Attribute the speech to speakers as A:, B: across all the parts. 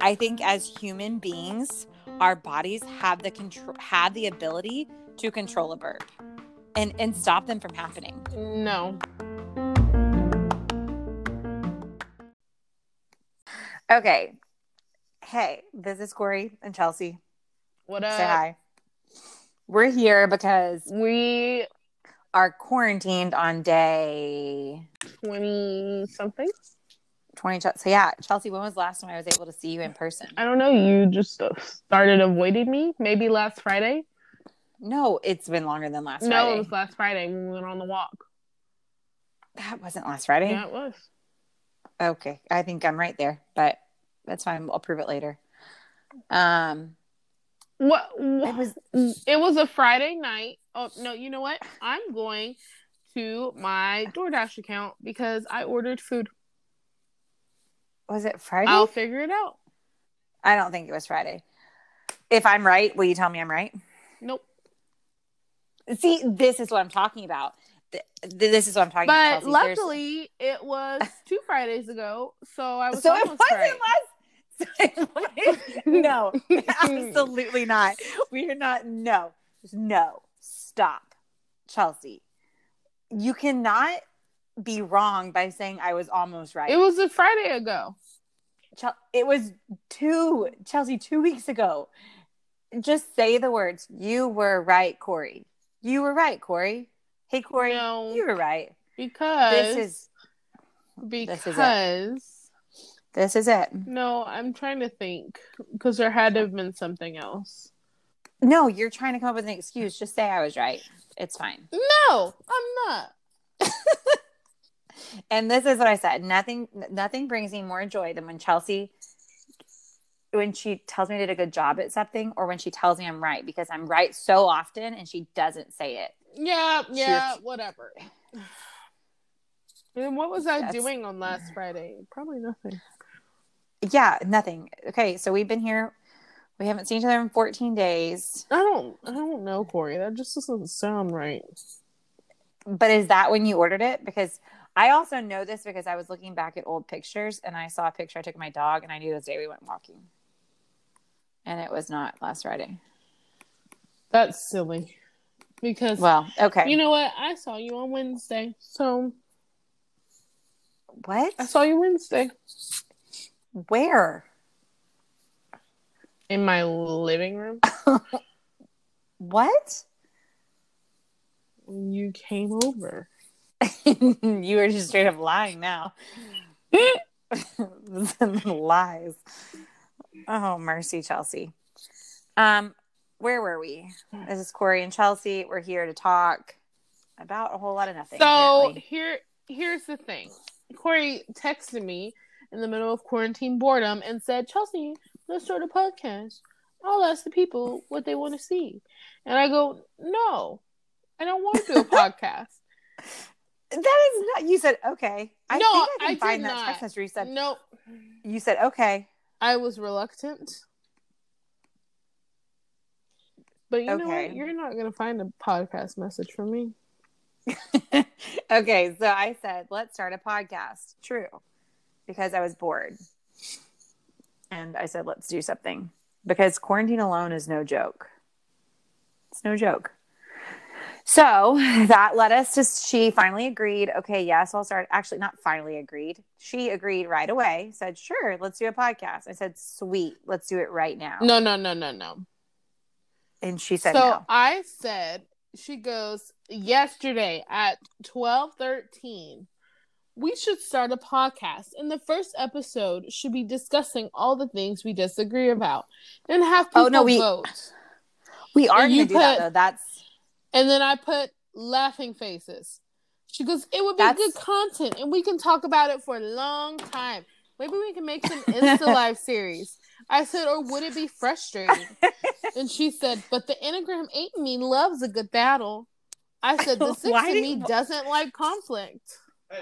A: I think as human beings, our bodies have the control have the ability to control a burp and and stop them from happening.
B: No.
A: Okay. Hey, this is Corey and Chelsea.
B: What up?
A: Say hi. We're here because
B: We
A: are quarantined on day
B: 20 something?
A: 20. Ch- So yeah, Chelsea, when was the last time I was able to see you in person?
B: I don't know. You just uh, started avoiding me. Maybe last Friday?
A: No, it's been longer than last
B: no, it
A: Friday.
B: was last Friday when we went on the walk.
A: That wasn't last Friday.
B: Yeah, it was.
A: Okay, I think I'm right there, but that's fine. I'll prove it later. Um,
B: What?
A: it was
B: It was a Friday night. Oh, no, you know what? I'm going to my DoorDash account because I ordered food.
A: was it Friday?
B: I'll figure it out.
A: I don't think it was Friday. If I'm right, will you tell me I'm right?
B: Nope.
A: See, this is what I'm talking about. Th- th- This is what I'm talking about.
B: But
A: Chelsea. There's-
B: luckily, it was two Fridays ago, so I was
A: so it
B: almost
A: wasn't
B: right.
A: last. no, absolutely not. We are not. No, no. Stop, Chelsea. You cannot be wrong by saying I was almost right.
B: It was a Friday ago.
A: Chel- it was two Chelsea two weeks ago. Just say the words. You were right, Corey. You were right, Corey. Hey, Corey.
B: No.
A: You were right.
B: Because
A: This is
B: because
A: this is this is it.
B: no, I'm trying to think because there had to have been something else.
A: No, you're trying to come up with an excuse. Just say I was right. It's fine.
B: No, I'm not.
A: And this is what I said. Nothing nothing brings me more joy than when Chelsea when she tells me I did a good job at something or when she tells me I'm right because I'm right so often and she doesn't say it.
B: Yeah, yeah,
A: Cheers.
B: whatever. And what was I
A: That's-
B: doing on last Friday? Probably nothing.
A: Yeah, nothing. Okay, so we've been here. We haven't seen each other in 14 days.
B: I don't. I don't know, Corey. That just doesn't sound right.
A: But is that when you ordered it? Because I also know this because I was looking back at old pictures and I saw a picture I took of my dog and I knew it was the day we went walking. And it was not last Friday.
B: That's silly. Because
A: Well, okay.
B: you know what? I saw you on Wednesday, so
A: what?
B: I saw you Wednesday
A: Where?
B: in my living room.
A: What?
B: You came over.
A: you were just straight up lying now. Lies. Oh, mercy, Chelsea. Um, where were we? This is Corey and Chelsea. We're here to talk about a whole lot of nothing.
B: So
A: apparently.
B: here, here's the thing. Corey texted me in the middle of quarantine boredom and said, "Chelsea, let's start a podcast. I'll ask the people what they want to see." And I go, "No, I don't want to do a podcast.
A: that is not you said okay. I
B: No,
A: think I
B: I
A: can
B: did
A: find that
B: not.
A: text message where you said
B: no,
A: you said okay.
B: I was reluctant." But you know
A: Okay.
B: what? You're not gonna find a podcast message from me.
A: okay, so I said, let's start a podcast. True. Because I was bored. And I said, let's do something. Because quarantine alone is no joke. It's no joke. So that led us to she finally agreed. Okay, yes, I'll start. Actually, not finally agreed. She agreed right away, said, sure, let's do a podcast. I said, sweet, let's do it right now.
B: No, no, no, no, no.
A: And she said,
B: so
A: no.
B: I said she goes yesterday at twelve thirteen. We should start a podcast, and the first episode should be discussing all the things we disagree about, and have people
A: Oh, no, we-
B: vote.
A: We are going
B: you
A: to do that,
B: put-
A: though. That's
B: And then I put laughing faces. She goes, "It would be
A: That's-
B: good content, and we can talk about it for a long time. Maybe we can make some Insta Live series." I said, "Or would it be frustrating?" and she said, "But the Enneagram Eight in me loves a good battle." I said, "The six
A: Why
B: in
A: do
B: me
A: you-
B: doesn't like conflict."
A: Can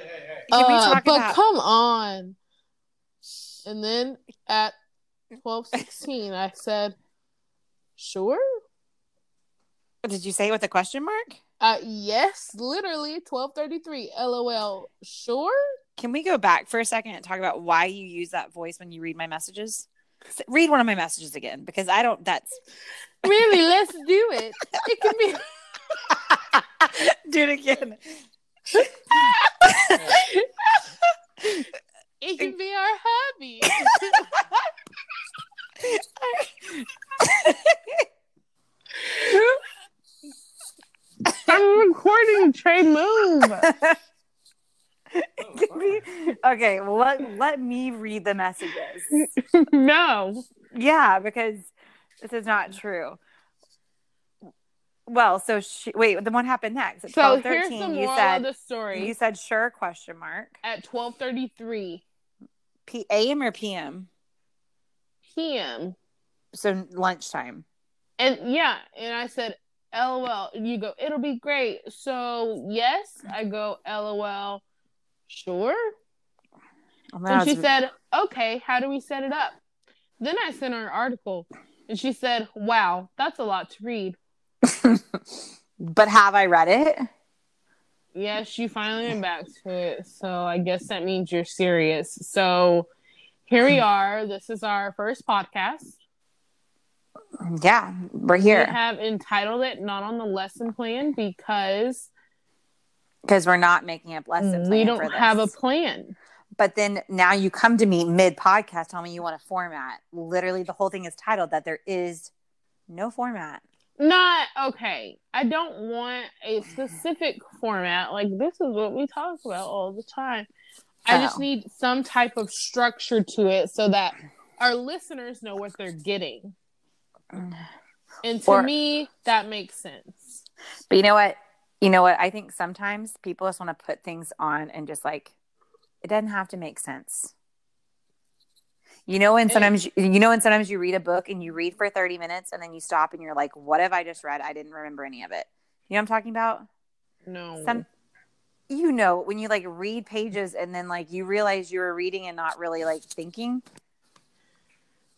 A: we
B: Uh,
A: talk
B: but
A: about-
B: come on. And then at twelve sixteen, I said, "Sure."
A: Did you say it with a question mark?
B: Uh, yes, literally twelve thirty three. LOL. Sure.
A: Can we go back for a second and talk about why you use that voice when you read my messages? S- Read one of my messages again because I don't. That's
B: Really, let's do it. It can be.
A: do it again.
B: It can be our hobby. I'm recording Trey move.
A: okay, well, let let me read the messages.
B: no.
A: Yeah, because this is not true. Well, so she wait. The one happened next at
B: So
A: twelve
B: here's the
A: thirteen. You
B: moral of
A: said
B: the story.
A: you said sure question mark
B: At twelve thirty three
A: P A.M. or p.m.
B: p.m.
A: So lunchtime.
B: And yeah, and I said, LOL. And you go, it'll be great. So, yes, I go, LOL. Sure.
A: And then I
B: And she
A: was-
B: said, okay, how do we set it up? Then I sent her an article and she said, wow, that's a lot to read.
A: but have I read it?
B: Yes, you finally went back to it. So, I guess that means you're serious. So, here we are. This is our first podcast.
A: Yeah, we're here
B: We have entitled it Not on the Lesson Plan because
A: because we're not making up lessons.
B: Mm, we don't have a plan.
A: But then now you come to me mid podcast, tell me you want a format. Literally, the whole thing is titled that there is no format.
B: not okay. I don't want a specific format. Like this is what we talk about all the time. I just
A: Oh.
B: need some type of structure to it so that our listeners know what they're getting. And to
A: Or-
B: me, that makes sense.
A: But you know what? You know what? I think sometimes people just want to put things on and just like it doesn't have to make sense. You know, and
B: It-
A: sometimes you know, and sometimes you read a book and you read for thirty minutes and then you stop and you're like, "What have I just read? I didn't remember any of it." You know what I'm talking about?
B: No.
A: Some, you know, when you like read pages and then like you realize you were reading and not really like thinking.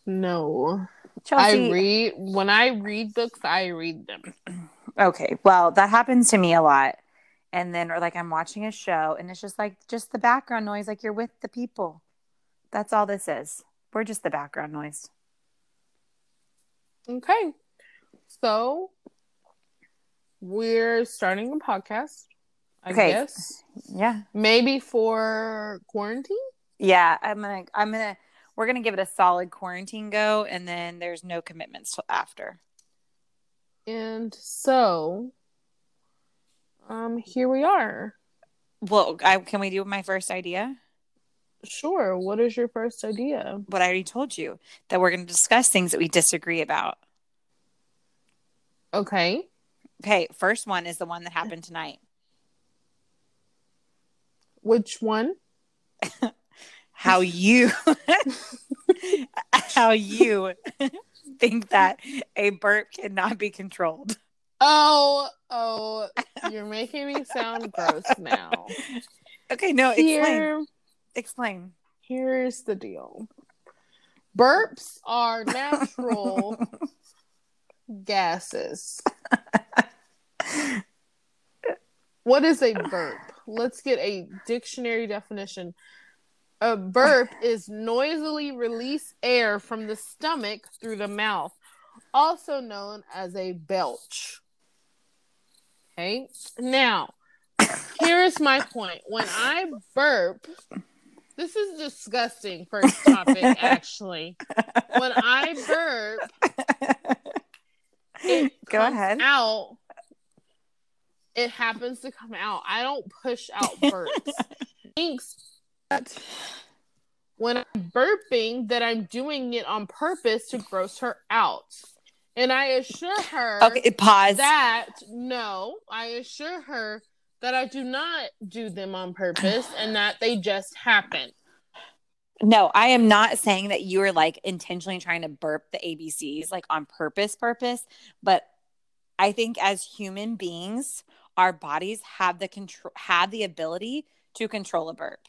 B: no.
A: Chelsea,
B: I read when I read books, I read them.
A: Okay. Well, that happens to me a lot. And then, or like I'm watching a show and it's just like, just the background noise, like you're with the people. That's all this is. We're just the background noise.
B: Okay. So we're starting a podcast. I
A: Okay.
B: guess.
A: Yeah.
B: Maybe for quarantine?
A: Yeah. I'm going to, I'm going to, we're going to give it a solid quarantine go. And then there's no commitments till after.
B: And so um here we are.
A: Well, I, can we do my first idea?
B: Sure. What is your first idea?
A: What I already told you that we're going to discuss things that we disagree about.
B: Okay.
A: Okay. First one is the one that happened tonight.
B: Which one?
A: how you how you think that a burp cannot be controlled.
B: Oh, oh, you're making me sound gross now.
A: Okay, no, explain.
B: Here,
A: Explain.
B: here's the deal. Burps are natural gases. What is a burp? Let's get a dictionary definition. A burp is noisily release air from the stomach through the mouth, also known as a belch. Okay, now here is my point. When I burp, this is disgusting. First topic, actually. When I burp, it
A: Go
B: comes
A: ahead.
B: Out. It happens to come out. I don't push out burps. Thanks. but When I'm burping, that I'm doing it on purpose to gross her out, and I assure her
A: Okay, pause.
B: that no, I assure her that I do not do them on purpose, and that they just happen.
A: no, I am not saying that you are like intentionally trying to burp the ABCs like on purpose, purpose, but I think as human beings, our bodies have the control have the ability to control a burp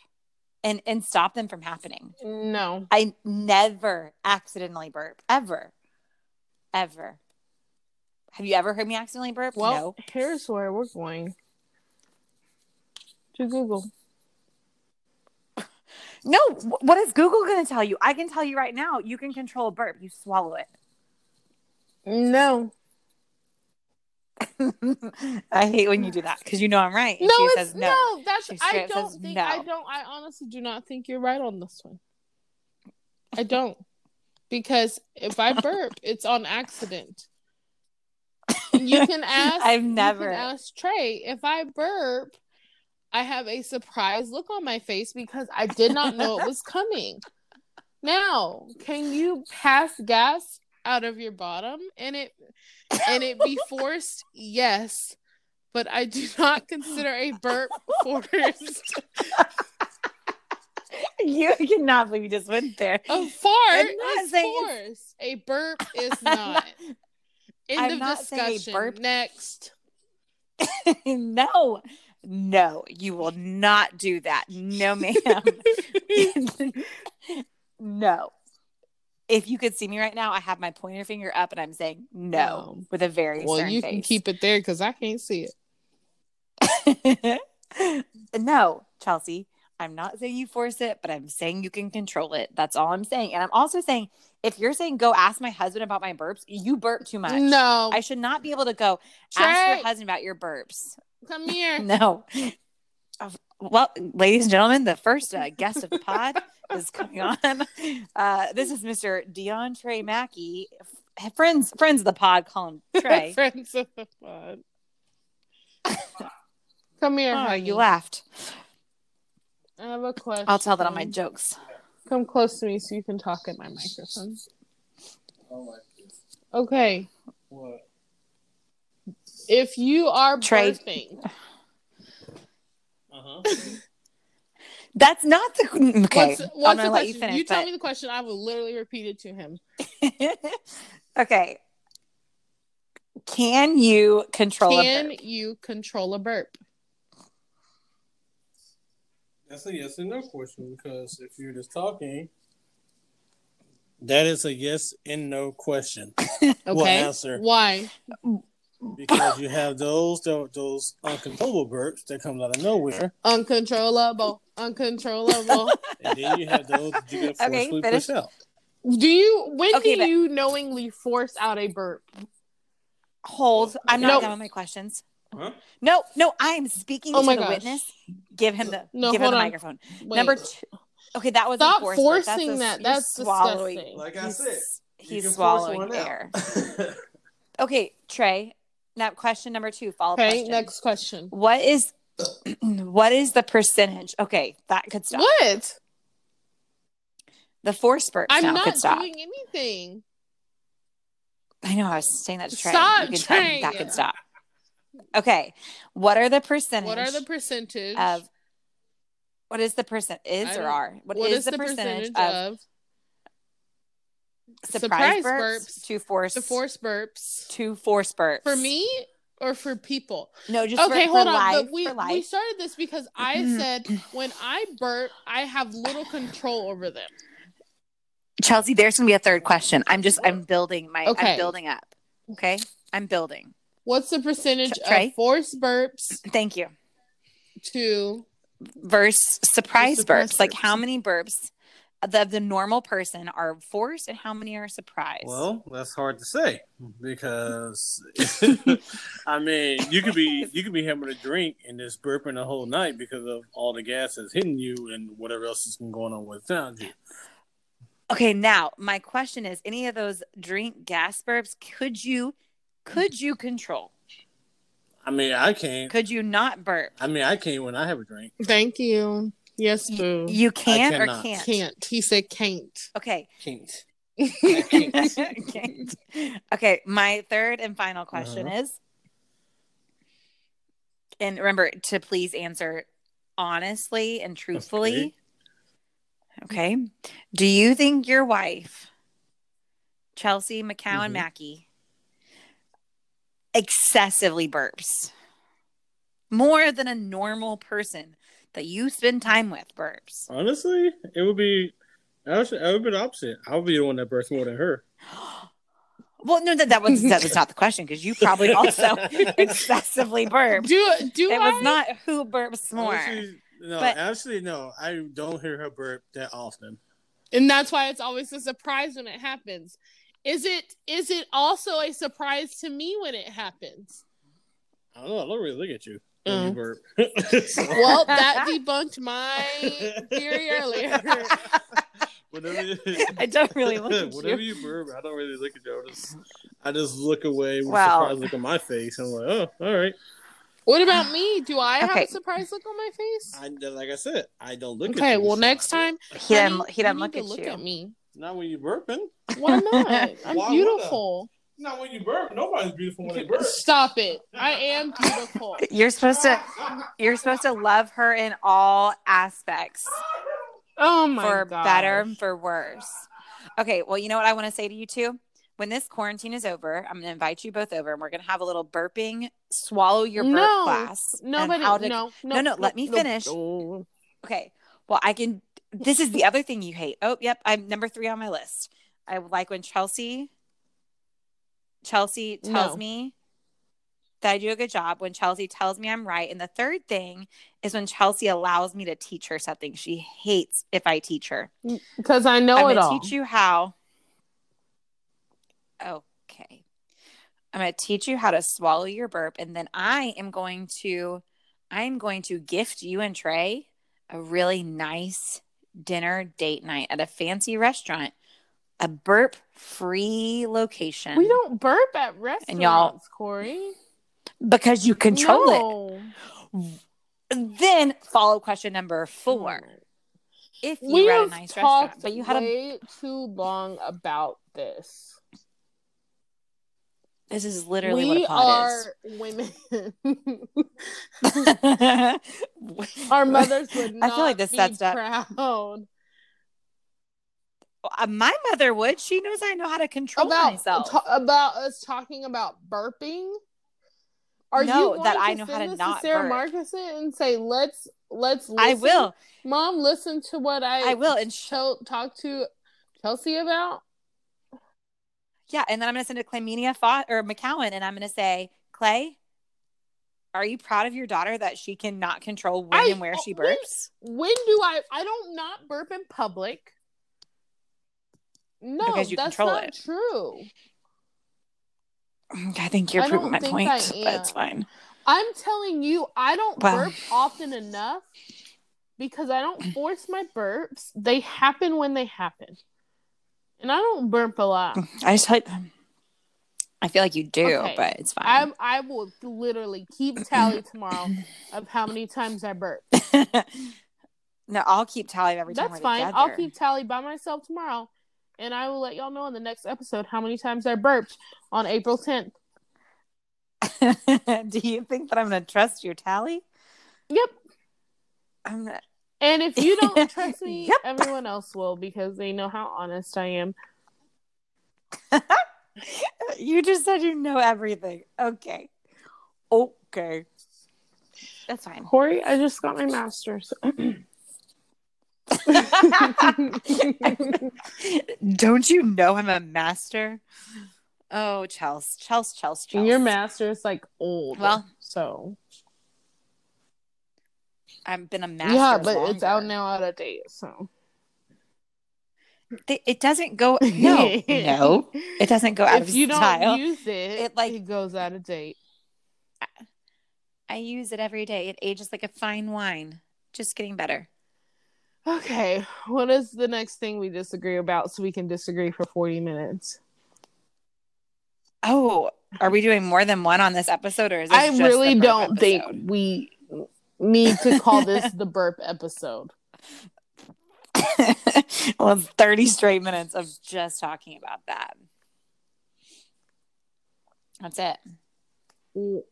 A: and and stop them from happening.
B: No,
A: I never accidentally burp ever, ever. Have you ever heard me accidentally burp?
B: Well,
A: no.
B: here's where we're going to Google.
A: No, wh- what is Google going to tell you? I can tell you right now, you can control a burp. You swallow
B: No,
A: it. I hate when you do that because you know I'm right. and
B: no,
A: she
B: it's
A: says
B: no. That's
A: She straight
B: I
A: up
B: don't
A: says
B: think
A: no.
B: I don't. I honestly do not think you're right on this one. I don't because if I burp, it's on accident. You can ask.
A: I've
B: you can
A: never.
B: ask Trey if I burp. I have a surprised look on my face because I did not know it was coming. Now, can you pass gas out of your bottom and it and it be forced? Yes, but I do not consider a burp forced.
A: You cannot believe you just went there.
B: A fart
A: I'm not
B: is
A: saying
B: forced. A burp is not. End
A: I'm
B: of
A: not saying a
B: discussion.
A: burp-
B: Next.
A: no, no, you will not do that. No, ma'am. no. If you could see me right now, I have my pointer finger up and I'm saying no,
B: No.
A: with a very
B: Well,
A: stern
B: you
A: face.
B: can keep it there because I can't see it.
A: no, Chelsea, I'm not saying you force it, but I'm saying you can control it. That's all I'm saying. And I'm also saying if you're saying go ask my husband about my burps, you burp too much.
B: No,
A: I should not be able to go ask
B: Trey,
A: your husband about your burps.
B: come here.
A: No. Of- Well, ladies and gentlemen, the first uh, guest of the pod is coming on. Uh, this is Mr. DeAndre Mackey. F- Friends, friends of the pod, call him Trey.
B: Friends of the pod. Come here.
A: oh,
B: honey.
A: you laughed.
B: I have a question.
A: I'll tell that on my jokes.
B: Come close to me so you can talk at my microphone. Okay.
C: What?
B: If you are
A: Trey.
B: burping,
C: Uh huh.
A: That's not the okay.
B: what's,
A: I'm
B: what's
A: gonna
B: the
A: let
B: question?
A: you
B: You,
A: finish.
B: tell me the question. I will literally repeat it to him.
A: but- okay. Can you control a
B: Can
A: burp?
B: you control a burp?
C: That's a yes and no question because if you're just talking, that is a yes and no question.
B: Okay.
C: We'll answer.
B: Why?
C: Because you have those tho- those uncontrollable burps that comes out of nowhere,
B: Uncontrollable. Uncontrollable.
C: and then you have those that you can
A: Okay,
C: forcefully
A: finish.
C: push out.
B: do you when
A: Okay,
B: do
A: but-
B: you knowingly force out a burp?
A: Hold. I'm not
B: No.
A: done with my questions.
C: Huh?
A: No, no, I am speaking
B: Oh
A: to
B: my
A: the
B: gosh.
A: witness. Give him the
B: No,
A: give him
B: hold
A: the
B: on.
A: microphone.
B: Wait.
A: Number two. Okay, that was
B: Stop
A: enforced, but
B: forcing
A: a-
B: that.
A: you're
B: That's
A: swallowing.
B: disgusting.
C: Like I said,
A: He's, he's
C: can force
A: swallowing
C: one out.
A: air. Okay, Trey. Now, question number two. Follow up
B: Okay,
A: question.
B: next question.
A: What is what is the percentage? Okay, that could stop.
B: What?
A: The force burps
B: I'm
A: now
B: not
A: could stop.
B: doing anything.
A: I know I was saying that to Trey.
B: Stop,
A: you could tell me
B: Trey.
A: That could stop. Okay, what are the percentage?
B: What are the percentage
A: of what is the percent is
B: I
A: or
B: don't-
A: are
B: what is, the percentage,
A: of,
B: of,
A: surprise,
B: surprise
A: burps,
B: burps
A: to force
B: the force burps
A: to force burps
B: for me or for people?
A: No, just
B: Okay,
A: for,
B: hold
A: for
B: on.
A: Life,
B: but we
A: for
B: we
A: life.
B: started this because I said when I burp, I have little control over them.
A: Chelsea, there's gonna be a third question. I'm just I'm building my
B: Okay.
A: I'm building up. Okay, I'm building.
B: What's the percentage
A: Trey?
B: of force burps
A: Thank you.
B: to
A: Verse surprise,
B: Surprise
A: burps. Like
B: burps.
A: how many burps of the, the normal person are forced and how many are surprised?
C: Well, that's hard to say because I mean, you could be you could be having a drink and just burping the whole night because of all the gas that's hitting you and whatever else has been going on without you.
A: okay. Now my question is: Any of those drink gas burps? Could you could you control?
C: I mean, I can't.
A: Could you not burp?
C: I mean, I can't when I have a drink.
B: Thank you. Yes,
A: Y-
B: boo.
A: You can or
C: cannot.
A: can't.
B: can't. He said can't.
A: Okay.
C: Can't.
A: okay. Okay, My third and final question is, and remember to please answer honestly and truthfully. Okay. Do you think your wife, Chelsea McCowan
C: Mhm.
A: Mackey, excessively burps more than a normal person that you spend time with burps?
C: Honestly, it would be. I would, I would be the opposite. I would be the one that bursts more than her.
A: Well, no, that that was that was not the question because you probably also excessively burp.
B: Do do
A: It
B: I?
A: was not who burps more.
C: Actually, no,
A: But-
C: actually, no. I don't hear her burp that often.
B: and that's why it's always a surprise when it happens. Is it is it also a surprise to me when it happens?
C: I don't know. I don't really look at you when you
B: Mm.
C: burp.
B: Well, that debunked my theory earlier.
C: whenever you,
A: I don't really look at
C: whenever
A: you.
C: you. burp, I don't really look at you. I just, I just look away with
A: Well-
C: surprise look on my face. I'm like, oh, all right.
B: What about me? Do I have
A: Okay.
B: a surprise look on my face?
C: I, like I said, I don't look at
B: okay,
C: you.
B: well
C: so
B: next
C: I
B: time
A: He
B: honey,
A: doesn't. He
B: you
A: doesn't
B: need
A: look
B: to
A: at
B: look
A: you.
B: at me.
C: don't- Not when you burping.
B: Why not? I'm
C: Why would I?
B: beautiful.
C: Not when you burp. Nobody's beautiful when they burp.
B: Stop it. I am beautiful.
A: You're supposed to. You're supposed to love her in all aspects,
B: Oh my
A: for
B: god.
A: better and for worse. Okay. Well, you know what I want to say to you two. When this quarantine is over, I'm going to invite you both over, and we're going to have a little burping, swallow your burp
B: No.
A: class. and
B: Nobody
A: how to-
B: no,
A: No, no, let me finish.
B: no.
A: Okay. Well, I can. This is the other thing you hate. Oh, yep. I'm number three on my list. I like when Chelsea. Chelsea tells
B: No.
A: me that I do a good job. When Chelsea tells me I'm right, and the third thing is when Chelsea allows me to teach her something. She hates if I teach her.
B: Because I know
A: I'm
B: it
A: gonna
B: all.
A: teach you how. Okay. I'm going to teach you how to swallow your burp, and then I am going to, I'm going to gift you and Trey a really nice dinner date night at a fancy restaurant, a burp-free location.
B: we don't burp at restaurants,
A: y'all-
B: Corey.
A: because you control
B: no. Mm.
A: it. Then follow question number four: If you
B: We
A: were at
B: have
A: a nice
B: talked
A: restaurant, but you had a
B: way too long about this.
A: this is literally
B: we
A: what a pod
B: are women.
A: is.
B: Our mothers would
A: I
B: not
A: feel like this
B: be
A: sets up-
B: proud
A: Uh, my mother would. She knows I know how to control
B: about
A: myself.
B: ta- about us talking about burping. Are
A: No,
B: you
A: that
B: going
A: I
B: to
A: know how
B: send
A: to
B: this
A: not
B: Sarah
A: burp.
B: Marcus and say let's let's listen.
A: I will.
B: Mom, listen to what I
A: I will. And sh-
B: Chel- talk to Chelsea about.
A: yeah, and then I'm going to send a Clamenia Fo- or McCowan, and I'm going to say, Clay, are you proud of your daughter that she cannot control when
B: I-
A: and where she
B: oh, when-
A: burps?
B: When do I? I don't not burp in public. No,
A: Because you
B: that's
A: control
B: not
A: it.
B: true.
A: I think you're
B: I
A: proving
B: don't
A: my
B: think
A: point.
B: I
A: but
B: am.
A: That's fine.
B: I'm telling you, I don't
A: Well.
B: burp often enough because I don't force my burps. They happen when they happen. And I don't burp a lot.
A: I just like. I feel like you do,
B: Okay.
A: but it's fine.
B: I I will literally keep tally tomorrow of how many times I burp.
A: no, I'll keep tally of every time.
B: That's
A: we're
B: fine.
A: Together.
B: I'll keep tally by myself tomorrow. And I will let y'all know in the next episode how many times I burped on April 10th.
A: do you think that I'm going to trust your tally?
B: Yep.
A: I'm not.
B: And if you don't trust me,
A: Yep.
B: everyone else will because they know how honest I am.
A: You just said you know everything. Okay. Okay. That's fine.
B: Corey, I just got my master's.
A: Don't you know I'm a master? Oh, Chels, Chels, Chels, Chels.
B: And your master is like old.
A: Well,
B: so
A: I've been a master.
B: yeah, but it's
A: longer.
B: out now out of date. So
A: Th- It doesn't go. No, no, it doesn't go out
B: if
A: of
B: you
A: style.
B: don't use it,
A: It,
B: it
A: like-
B: like it goes out of date.
A: I use it every day. It ages like a fine wine. Just getting better.
B: Okay, what is the next thing we disagree about so we can disagree for forty minutes?
A: Oh, are we doing more than one on this episode, or is this
B: I
A: just the
B: really
A: burp
B: don't
A: episode?
B: think we need to call this the burp episode.
A: well, it's 30 straight minutes of just talking about that. That's it. You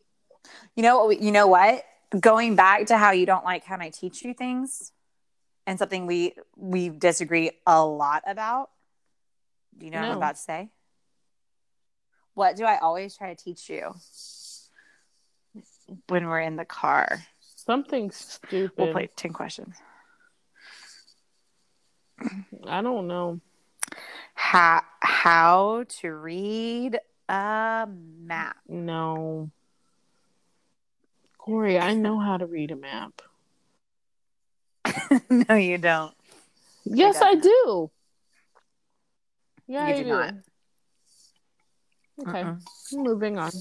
A: know what? You know what? Going back to how you don't like how I teach you things, and something we we disagree a lot about. Do you know what I'm
B: No.
A: about to say? What do I always try to teach you when we're in the car?
B: Something stupid.
A: We'll play ten questions.
B: I don't know.
A: How how to read a map.
B: No. Corey, I know how to read a map.
A: no, you don't.
B: Yes, I
A: don't.
B: do. Yeah,
A: You
B: I
A: do
B: do.
A: not.
B: Okay,
A: Mm-mm.
B: moving on.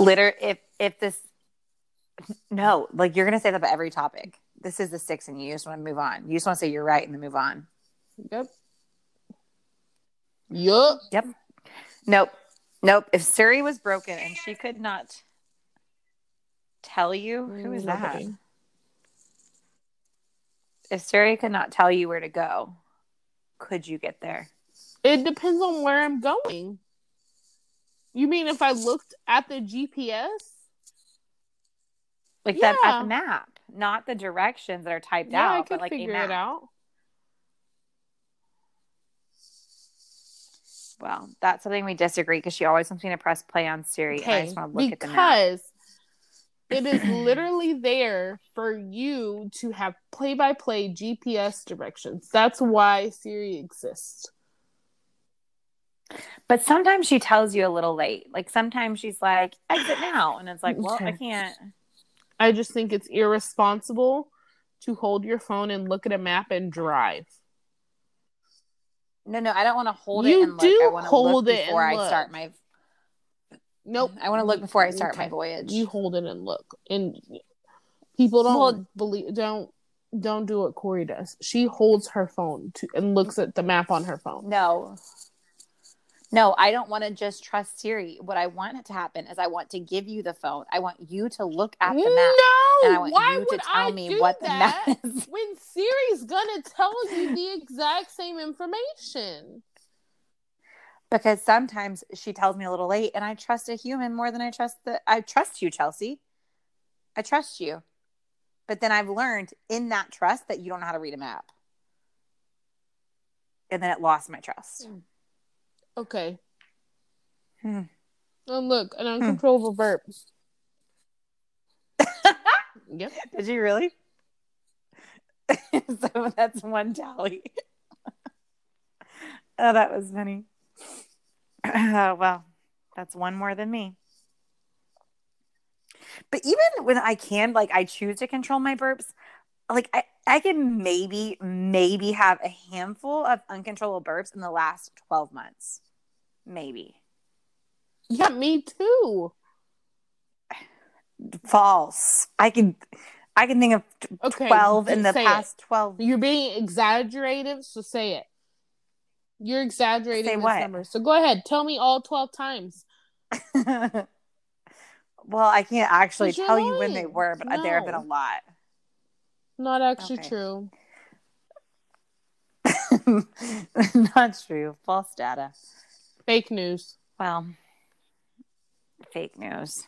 A: Litter if if this No, like you're gonna say that about every topic. This is the six and you just wanna move on. You just wanna say you're right and then move on.
B: Yep. Yup.
A: Nope. Nope. If Siri was broken and she could not tell you who is that?
B: Nobody.
A: If Siri could not tell you where to go, could you get there?
B: It depends on where I'm going. You mean if I looked at the GPS?
A: Like that at
B: Yeah.
A: the map, not the directions that are typed
B: Yeah,
A: out,
B: I could
A: but like a
B: figure
A: map.
B: it out.
A: Well, that's something we disagree because she always wants me to press play on Siri. and I just want to look at the map.
B: because it is literally there for you to have play-by-play GPS directions. That's why Siri exists.
A: But sometimes she tells you a little late. Like sometimes she's like, exit now. And it's like, well, I
B: Okay.
A: can't.
B: I just think it's irresponsible to hold your phone and look at a map and drive.
A: No, no, I don't want to hold
B: You
A: it and look.
B: do
A: I want to
B: hold
A: look
B: it and
A: before I
B: look.
A: start my
B: Nope.
A: I want to look before I start my
B: Okay.
A: voyage.
B: You hold it and look. And people don't
A: Well-
B: believe don't don't do what Corey does. She holds her phone to, and looks at the map on her phone.
A: No. No, I don't want to just trust Siri. What I want to happen is I want to give you the phone. I want you to look at the map. and I
B: No,
A: want
B: why
A: you to
B: would
A: tell
B: I
A: me
B: do
A: what
B: that?
A: the map is.
B: when Siri's gonna tell you the exact same information.
A: Because sometimes she tells me a little late and I trust a human more than I trust the I trust you, Chelsea. I trust you. But then I've learned in that trust that you don't know how to read a map. And then it lost my trust.
B: Okay.
A: Hmm.
B: And look, an
A: Hmm.
B: uncontrollable verb. Yep.
A: Did you really? so that's one tally. oh, that was funny. Oh, well, that's one more than me. But even when I can, like, I choose to control my burps, like, I, I can maybe, maybe have a handful of uncontrollable burps in the last 12 months. Maybe.
B: Yeah, me too.
A: False. I can, I can think of t-
B: Okay.
A: 12 in
B: d-
A: the
B: say it.
A: past 12
B: You're being exaggerative, so say it. You're exaggerating
A: Say
B: this
A: what?
B: number. So go ahead, tell me all 12 times.
A: well, I can't actually
B: But you're
A: tell you when they
B: lying.
A: were, but there have been a
B: No.
A: lot.
B: Not actually
A: Okay.
B: true.
A: Not true. False data.
B: Fake news.
A: Well, fake news.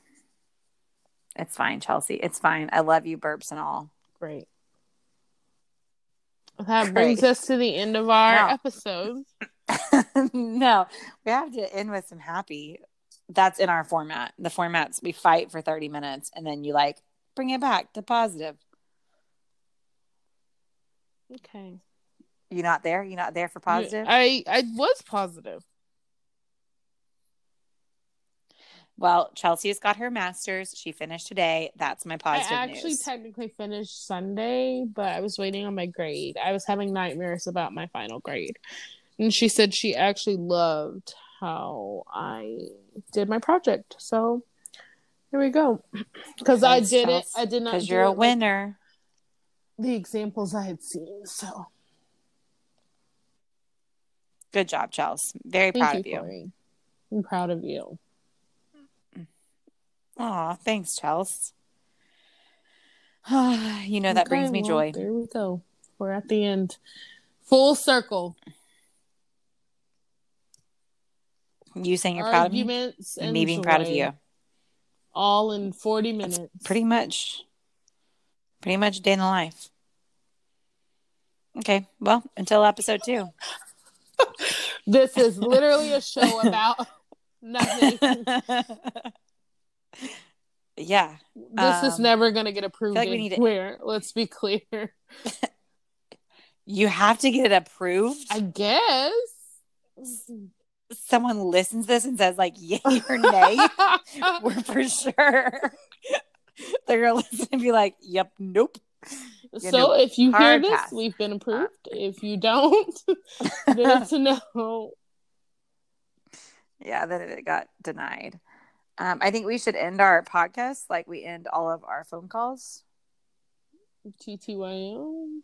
A: It's fine, Chelsea. It's fine. I love you, burps and all.
B: Great. That brings
A: Great.
B: us to the end of our
A: Now-
B: episode.
A: no, we have to end with some happy. That's in our format. The formats we fight for 30 minutes and then you like bring it back to positive.
B: Okay.
A: You not there? You not there for positive?
B: I, I was positive.
A: Well, Chelsea's got her master's. She finished today. That's my positive
B: I actually
A: news.
B: technically finished Sunday, but I was waiting on my grade. I was having nightmares about my final grade. And she said she actually loved how I did my project. So here we go. Because I
A: Thanks,
B: did it.
A: Chelsea,
B: I did not
A: because
B: do
A: you're
B: it
A: a
B: like
A: winner.
B: the examples I had seen. So
A: Good job, Chelsea. Very
B: thank
A: proud
B: you,
A: of you.
B: Corey. I'm proud of you.
A: Aw, thanks, Chelsea. you know that brings
B: Okay,
A: me
B: well,
A: joy.
B: There we go. We're at the end. Full circle.
A: You saying you're proud of me,
B: Arguments
A: and
B: and
A: me being proud of
B: joy.
A: you.
B: All in 40 minutes.
A: Pretty much, pretty much a day in the life. Okay, well, until episode two.
B: This is literally a show about nothing. This
A: yeah,
B: is
A: Um,
B: never going to get approved
A: like we need to-
B: anywhere. Let's be clear.
A: you have to get it approved.
B: I guess.
A: someone listens to this and says like yay or nay, we're for sure they're gonna listen and be like, "Yep, nope."
B: so
A: know,
B: if you hear
A: hard
B: this,
A: pass. Uh,
B: we've been approved. if you don't, then it's a no.
A: Yeah, then it got denied. Um, I think we should end our podcast like we end all of our phone calls.
B: TTYL.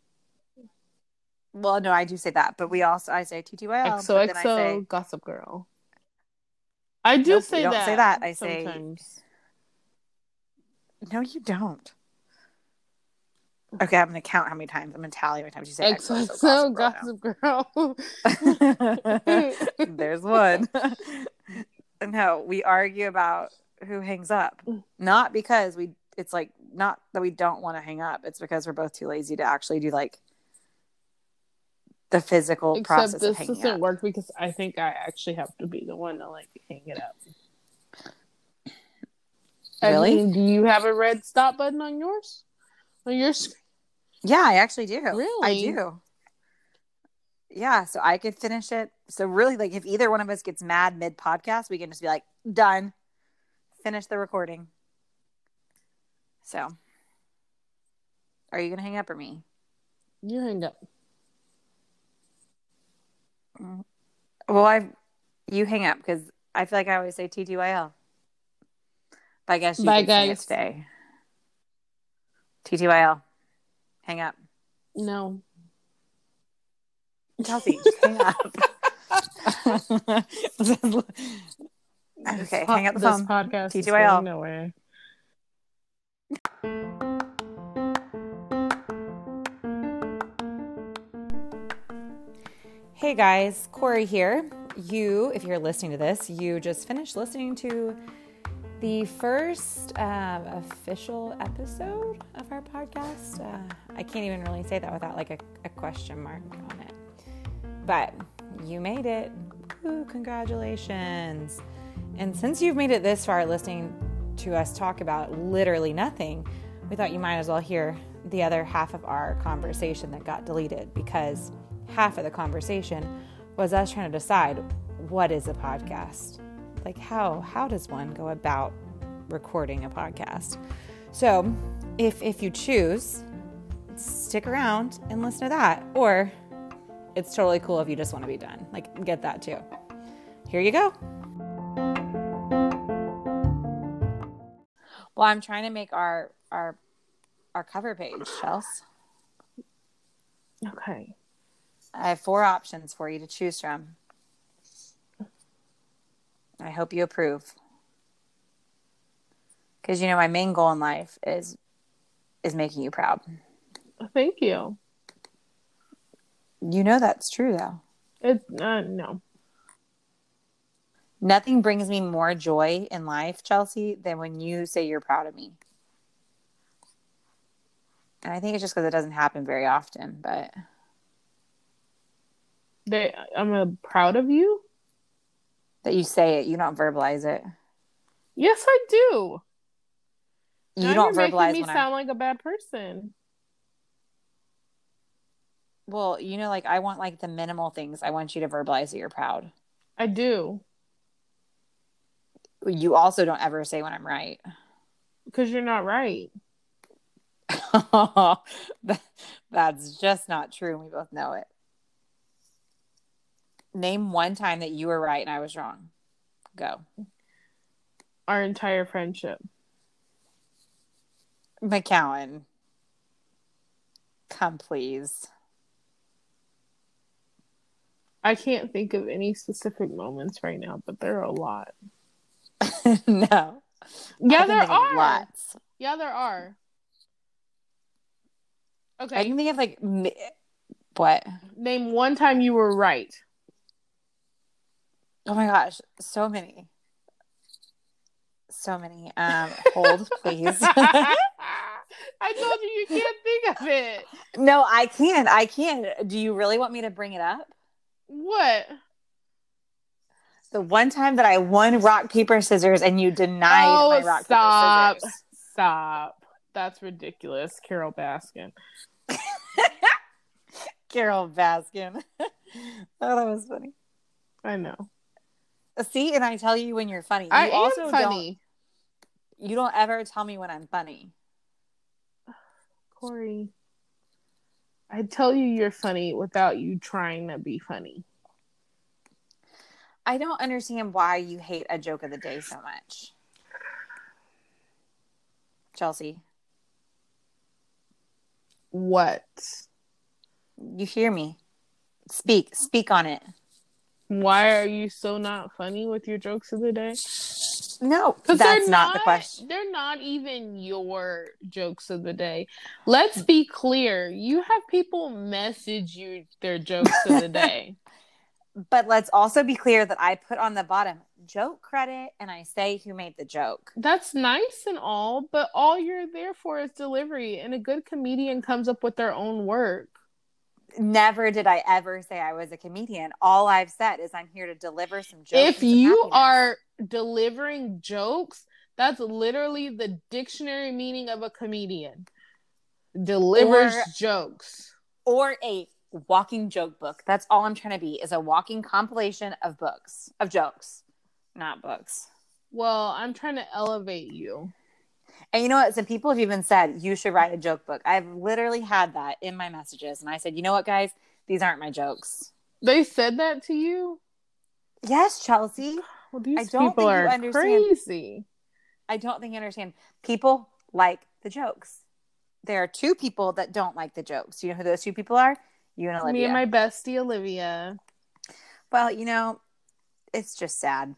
A: Well, no, I do say that, but we also I say TTYL. but then I say-
B: XOXO Gossip Girl. I do
A: Nope,
B: say
A: you don't
B: that.
A: say that. I say-
B: sometimes.
A: no, you don't. Okay, I'm gonna count how many times I'm gonna tally how many times you say XOXO
B: XOXO
A: gossip
B: Gossip Girl.
A: girl now. There's one. no, we argue about who hangs up,
B: Mm.
A: not because we. It's like not that we don't want to hang up. It's because we're both too lazy to actually do like the physical
B: Except
A: process of
B: this
A: hanging
B: doesn't
A: up.
B: work because I think I actually have to be the one to like hang it up. I
A: Really?
B: mean, do you have a red stop button on yours? On your screen?
A: Yeah, I actually do. I
B: Really?
A: do. Yeah, so I could finish it. So really, like, if either one of us gets mad mid podcast, we can just be like, done, finish the recording. So, are you gonna hang up or me?
B: You hang up.
A: Well, I, you hang up because I feel like I always say TTYL. But I guess you
B: Bye,
A: can say it
B: guys.
A: today. TTYL, hang up.
B: No.
A: Kelsey, just hang up. okay, hang up the
B: this
A: phone.
B: podcast is
A: TTYL.
B: going nowhere.
A: Hey guys, Corey here. You, if you're listening to this, you just finished listening to the first um, official episode of our podcast. Uh, I can't even really say that without like a, a question mark on it. But you made it. Woo, congratulations. And since you've made it this far listening to us talk about literally nothing, we thought you might as well hear the other half of our conversation that got deleted because half of the conversation was us trying to decide what is a podcast. Like how how does one go about recording a podcast? So, if if you choose, stick around and listen to that or it's totally cool if you just want to be done. Like, get that too. Here you go. Well, I'm trying to make our our our cover page, Chels.
B: Okay.
A: I have four options for you to choose from. I hope you approve. Cuz you know my main goal in life is is making you proud.
B: Thank you.
A: You know that's true though.
B: It, uh, no.
A: Nothing brings me more joy in life, Chelsea, than when you say you're proud of me. And I think it's just because it doesn't happen very often, but
B: They, I'm uh, proud of you.
A: that you say it, you don't verbalize it.
B: Yes, I do.
A: You
B: now
A: don't
B: you're
A: verbalize when
B: making me
A: I'm.
B: sound like a bad person.
A: Well, you know, like I want like the minimal things. I want you to verbalize that you're proud.
B: I do
A: You also don't ever say when I'm right.
B: because you're not right.
A: That- That's just not true. and We both know it. Name one time that you were right and I was wrong. Go.
B: Our entire friendship.
A: McCowan. Come, please.
B: I can't think of any specific moments right now, but there are a lot.
A: no. I
B: Yeah,
A: can
B: there
A: think of
B: are.
A: Lots.
B: Yeah, there are.
A: I
B: Okay,
A: can think of like, mi- what?
B: name one time you were right.
A: Oh my gosh. So many. So many. Um, hold, please.
B: I told you you can't think of it.
A: no, I can. I can. Do you really want me to bring it up?
B: What?
A: The one time that I won rock, paper, scissors and you denied my rock,
B: Oh, stop.
A: paper, scissors.
B: Stop. That's ridiculous, Carol Baskin.
A: Carol Baskin. oh, that was funny.
B: I know.
A: See, and I tell you when you're funny. You
B: I am
A: also
B: funny,
A: Don't, you don't ever tell me when I'm funny.
B: Corey. I tell you you're funny without you trying to be funny.
A: I don't understand why you hate a joke of the day so much. Chelsea,
B: What?
A: you hear me. Speak, speak on it.
B: Why are you so not funny with your jokes of the day?
A: No,
B: Because
A: that's not, the question.
B: They're not even your jokes of the day. Let's be clear. You have people message you their jokes of the day.
A: But let's also be clear that I put on the bottom joke credit and I say who made the joke.
B: That's nice and all, but all you're there for is delivery. And a good comedian comes up with their own work.
A: Never did I ever say I was a comedian. All I've said is I'm here to deliver some jokes. and
B: if
A: some
B: you
A: happiness.
B: are delivering jokes, that's literally the dictionary meaning of a comedian. Delivers
A: Or-
B: jokes.
A: or a walking joke book. That's all I'm trying to be is a walking compilation of books, of jokes, not books.
B: Well, I'm trying to elevate you.
A: And you know what? Some people have even said you should write a joke book. I've literally had that in my messages, and I said, you know what, guys, these aren't my jokes.
B: They said that to you?
A: Yes, Chelsea.
B: Well, these
A: I don't
B: people
A: think you
B: are
A: understand.
B: crazy.
A: I don't think you understand. People like the jokes. There are two people that don't like the jokes. You know who those two people are? You and
B: Me
A: Olivia.
B: and my bestie Olivia.
A: well, you know, it's just sad.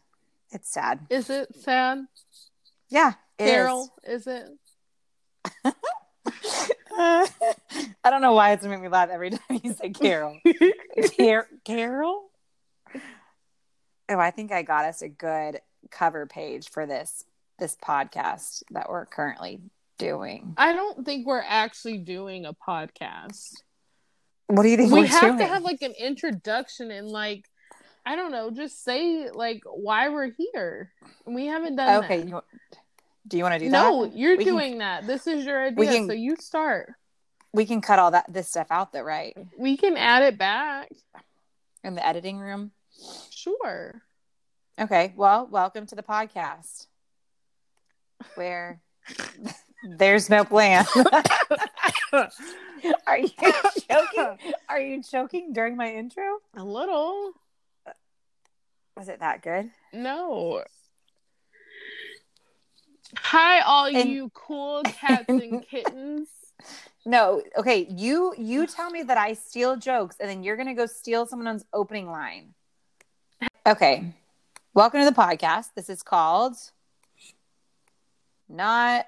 A: It's sad.
B: Is it sad?
A: Yeah. it is.
B: Daryl, is it?
A: I don't know why it's making me laugh every time you say Carol. Car- Carol? Oh, I think I got us a good cover page for this this podcast that we're currently doing.
B: I don't think we're actually doing a podcast.
A: What do you think
B: we
A: we're
B: have to
A: doing?
B: have like an introduction and like I don't know, just say like why we're here. We haven't done
A: okay,
B: that.
A: you, do you want to do that?
B: no, you're
A: We can-
B: doing that. This is your
A: We
B: idea,
A: can-
B: so you start.
A: We can cut all that this stuff out though, right?
B: We can add it back.
A: In the editing room.
B: Sure.
A: Okay. Well, welcome to the podcast. Where there's no plan. Are you choking? Are you choking during my intro?
B: A little.
A: Was it that good?
B: No. Hi, all
A: And-
B: you cool cats and kittens.
A: No. Okay, you you tell me that I steal jokes and then you're going to go steal someone's opening line. Okay. Welcome to the podcast. This is called Not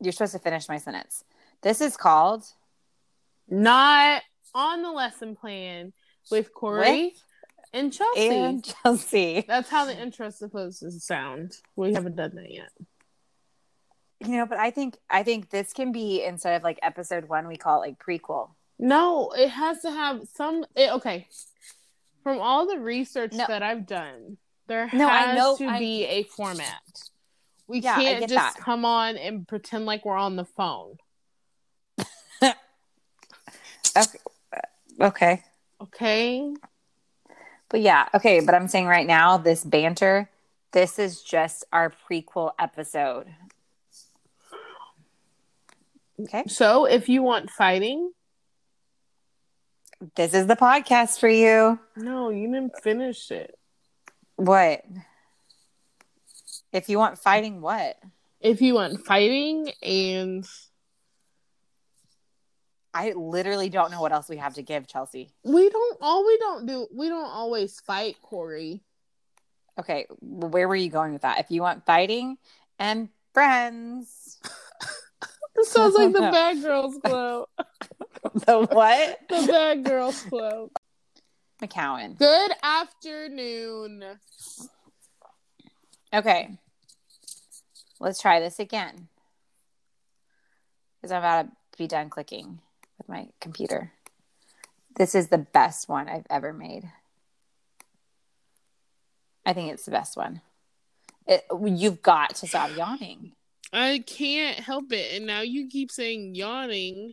A: You're supposed to finish my sentence. This is called
B: Not on the lesson plan with Corey
A: With
B: and Chelsea.
A: and Chelsea.
B: That's how the intro is supposed to sound. We haven't done that yet.
A: You know, but I think I think this can be instead of like episode 1 we call it like prequel.
B: No, it has to have some. It, okay. From all the research
A: No.
B: that I've done, there
A: No, I
B: has
A: know-
B: to
A: I-
B: be a format. We
A: Yeah, I
B: can't
A: get
B: just
A: that.
B: come on and pretend like we're on the phone.
A: Okay.
B: Okay.
A: But yeah, okay. But I'm saying right now, this banter, this is just our prequel episode. Okay.
B: So if you want fighting,
A: This is the podcast for you.
B: no, you didn't finish it.
A: What? If you want fighting, what?
B: If you want fighting and
A: I literally don't know what else we have to give, Chelsea.
B: we don't all we don't do we don't always fight, Corey.
A: Okay. Where were you going with that? If you want fighting and friends,
B: This sounds like the
A: No.
B: bad girls club.
A: the what?
B: The Bad Girls Club.
A: McCowan.
B: Good afternoon.
A: Okay. Let's try this again. Because I'm about to be done clicking with my computer. This is the best one I've ever made. I think it's the best one. It, you've got to stop yawning.
B: I can't help it, and now you keep saying yawning.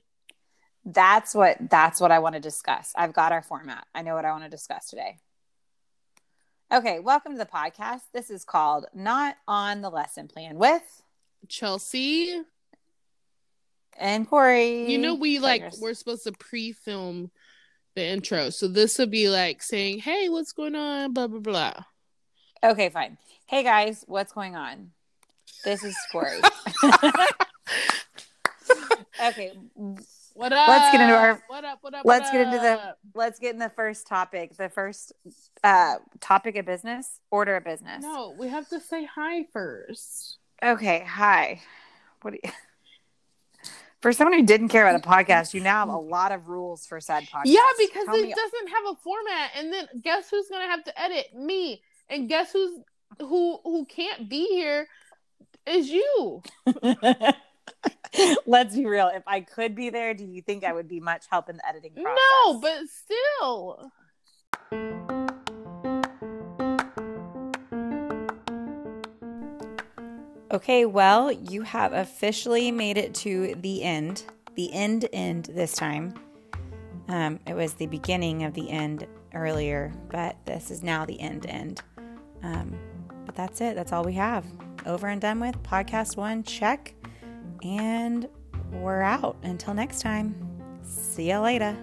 A: That's what that's what I want to discuss. I've got our format. I know what I want to discuss today. Okay, welcome to the podcast. This is called Not on the Lesson Plan with
B: Chelsea.
A: and Corey.
B: You know, we like
A: Partners.
B: we're supposed to pre-film the intro, so this would be like saying, "Hey, what's going on?" Blah blah blah.
A: Okay, fine. Hey guys, what's going on? This is Corey. okay,
B: What up?
A: get into our-
B: What up? What up?
A: let's
B: what
A: get into the-
B: up?
A: let's get in the first topic. The first uh, topic of business, order of business.
B: No, we have to say hi first.
A: Okay, hi. What do you... For someone who didn't care about a podcast, you now have a lot of rules for said podcast.
B: Yeah, because
A: Tell
B: it
A: me-
B: doesn't have a format, and then guess who's gonna have to edit me, and guess who's who who can't be here is you.
A: Let's be real. If I could be there, do you think I would be much help in the editing process?
B: No, but still.
A: Okay, well, you have officially made it to the end. The end, end this time. Um, it was the beginning of the end earlier, but this is now the end, end. Um, but that's it. That's all we have. Over and done with. Podcast one, check. And we're out. Until next time, see ya later.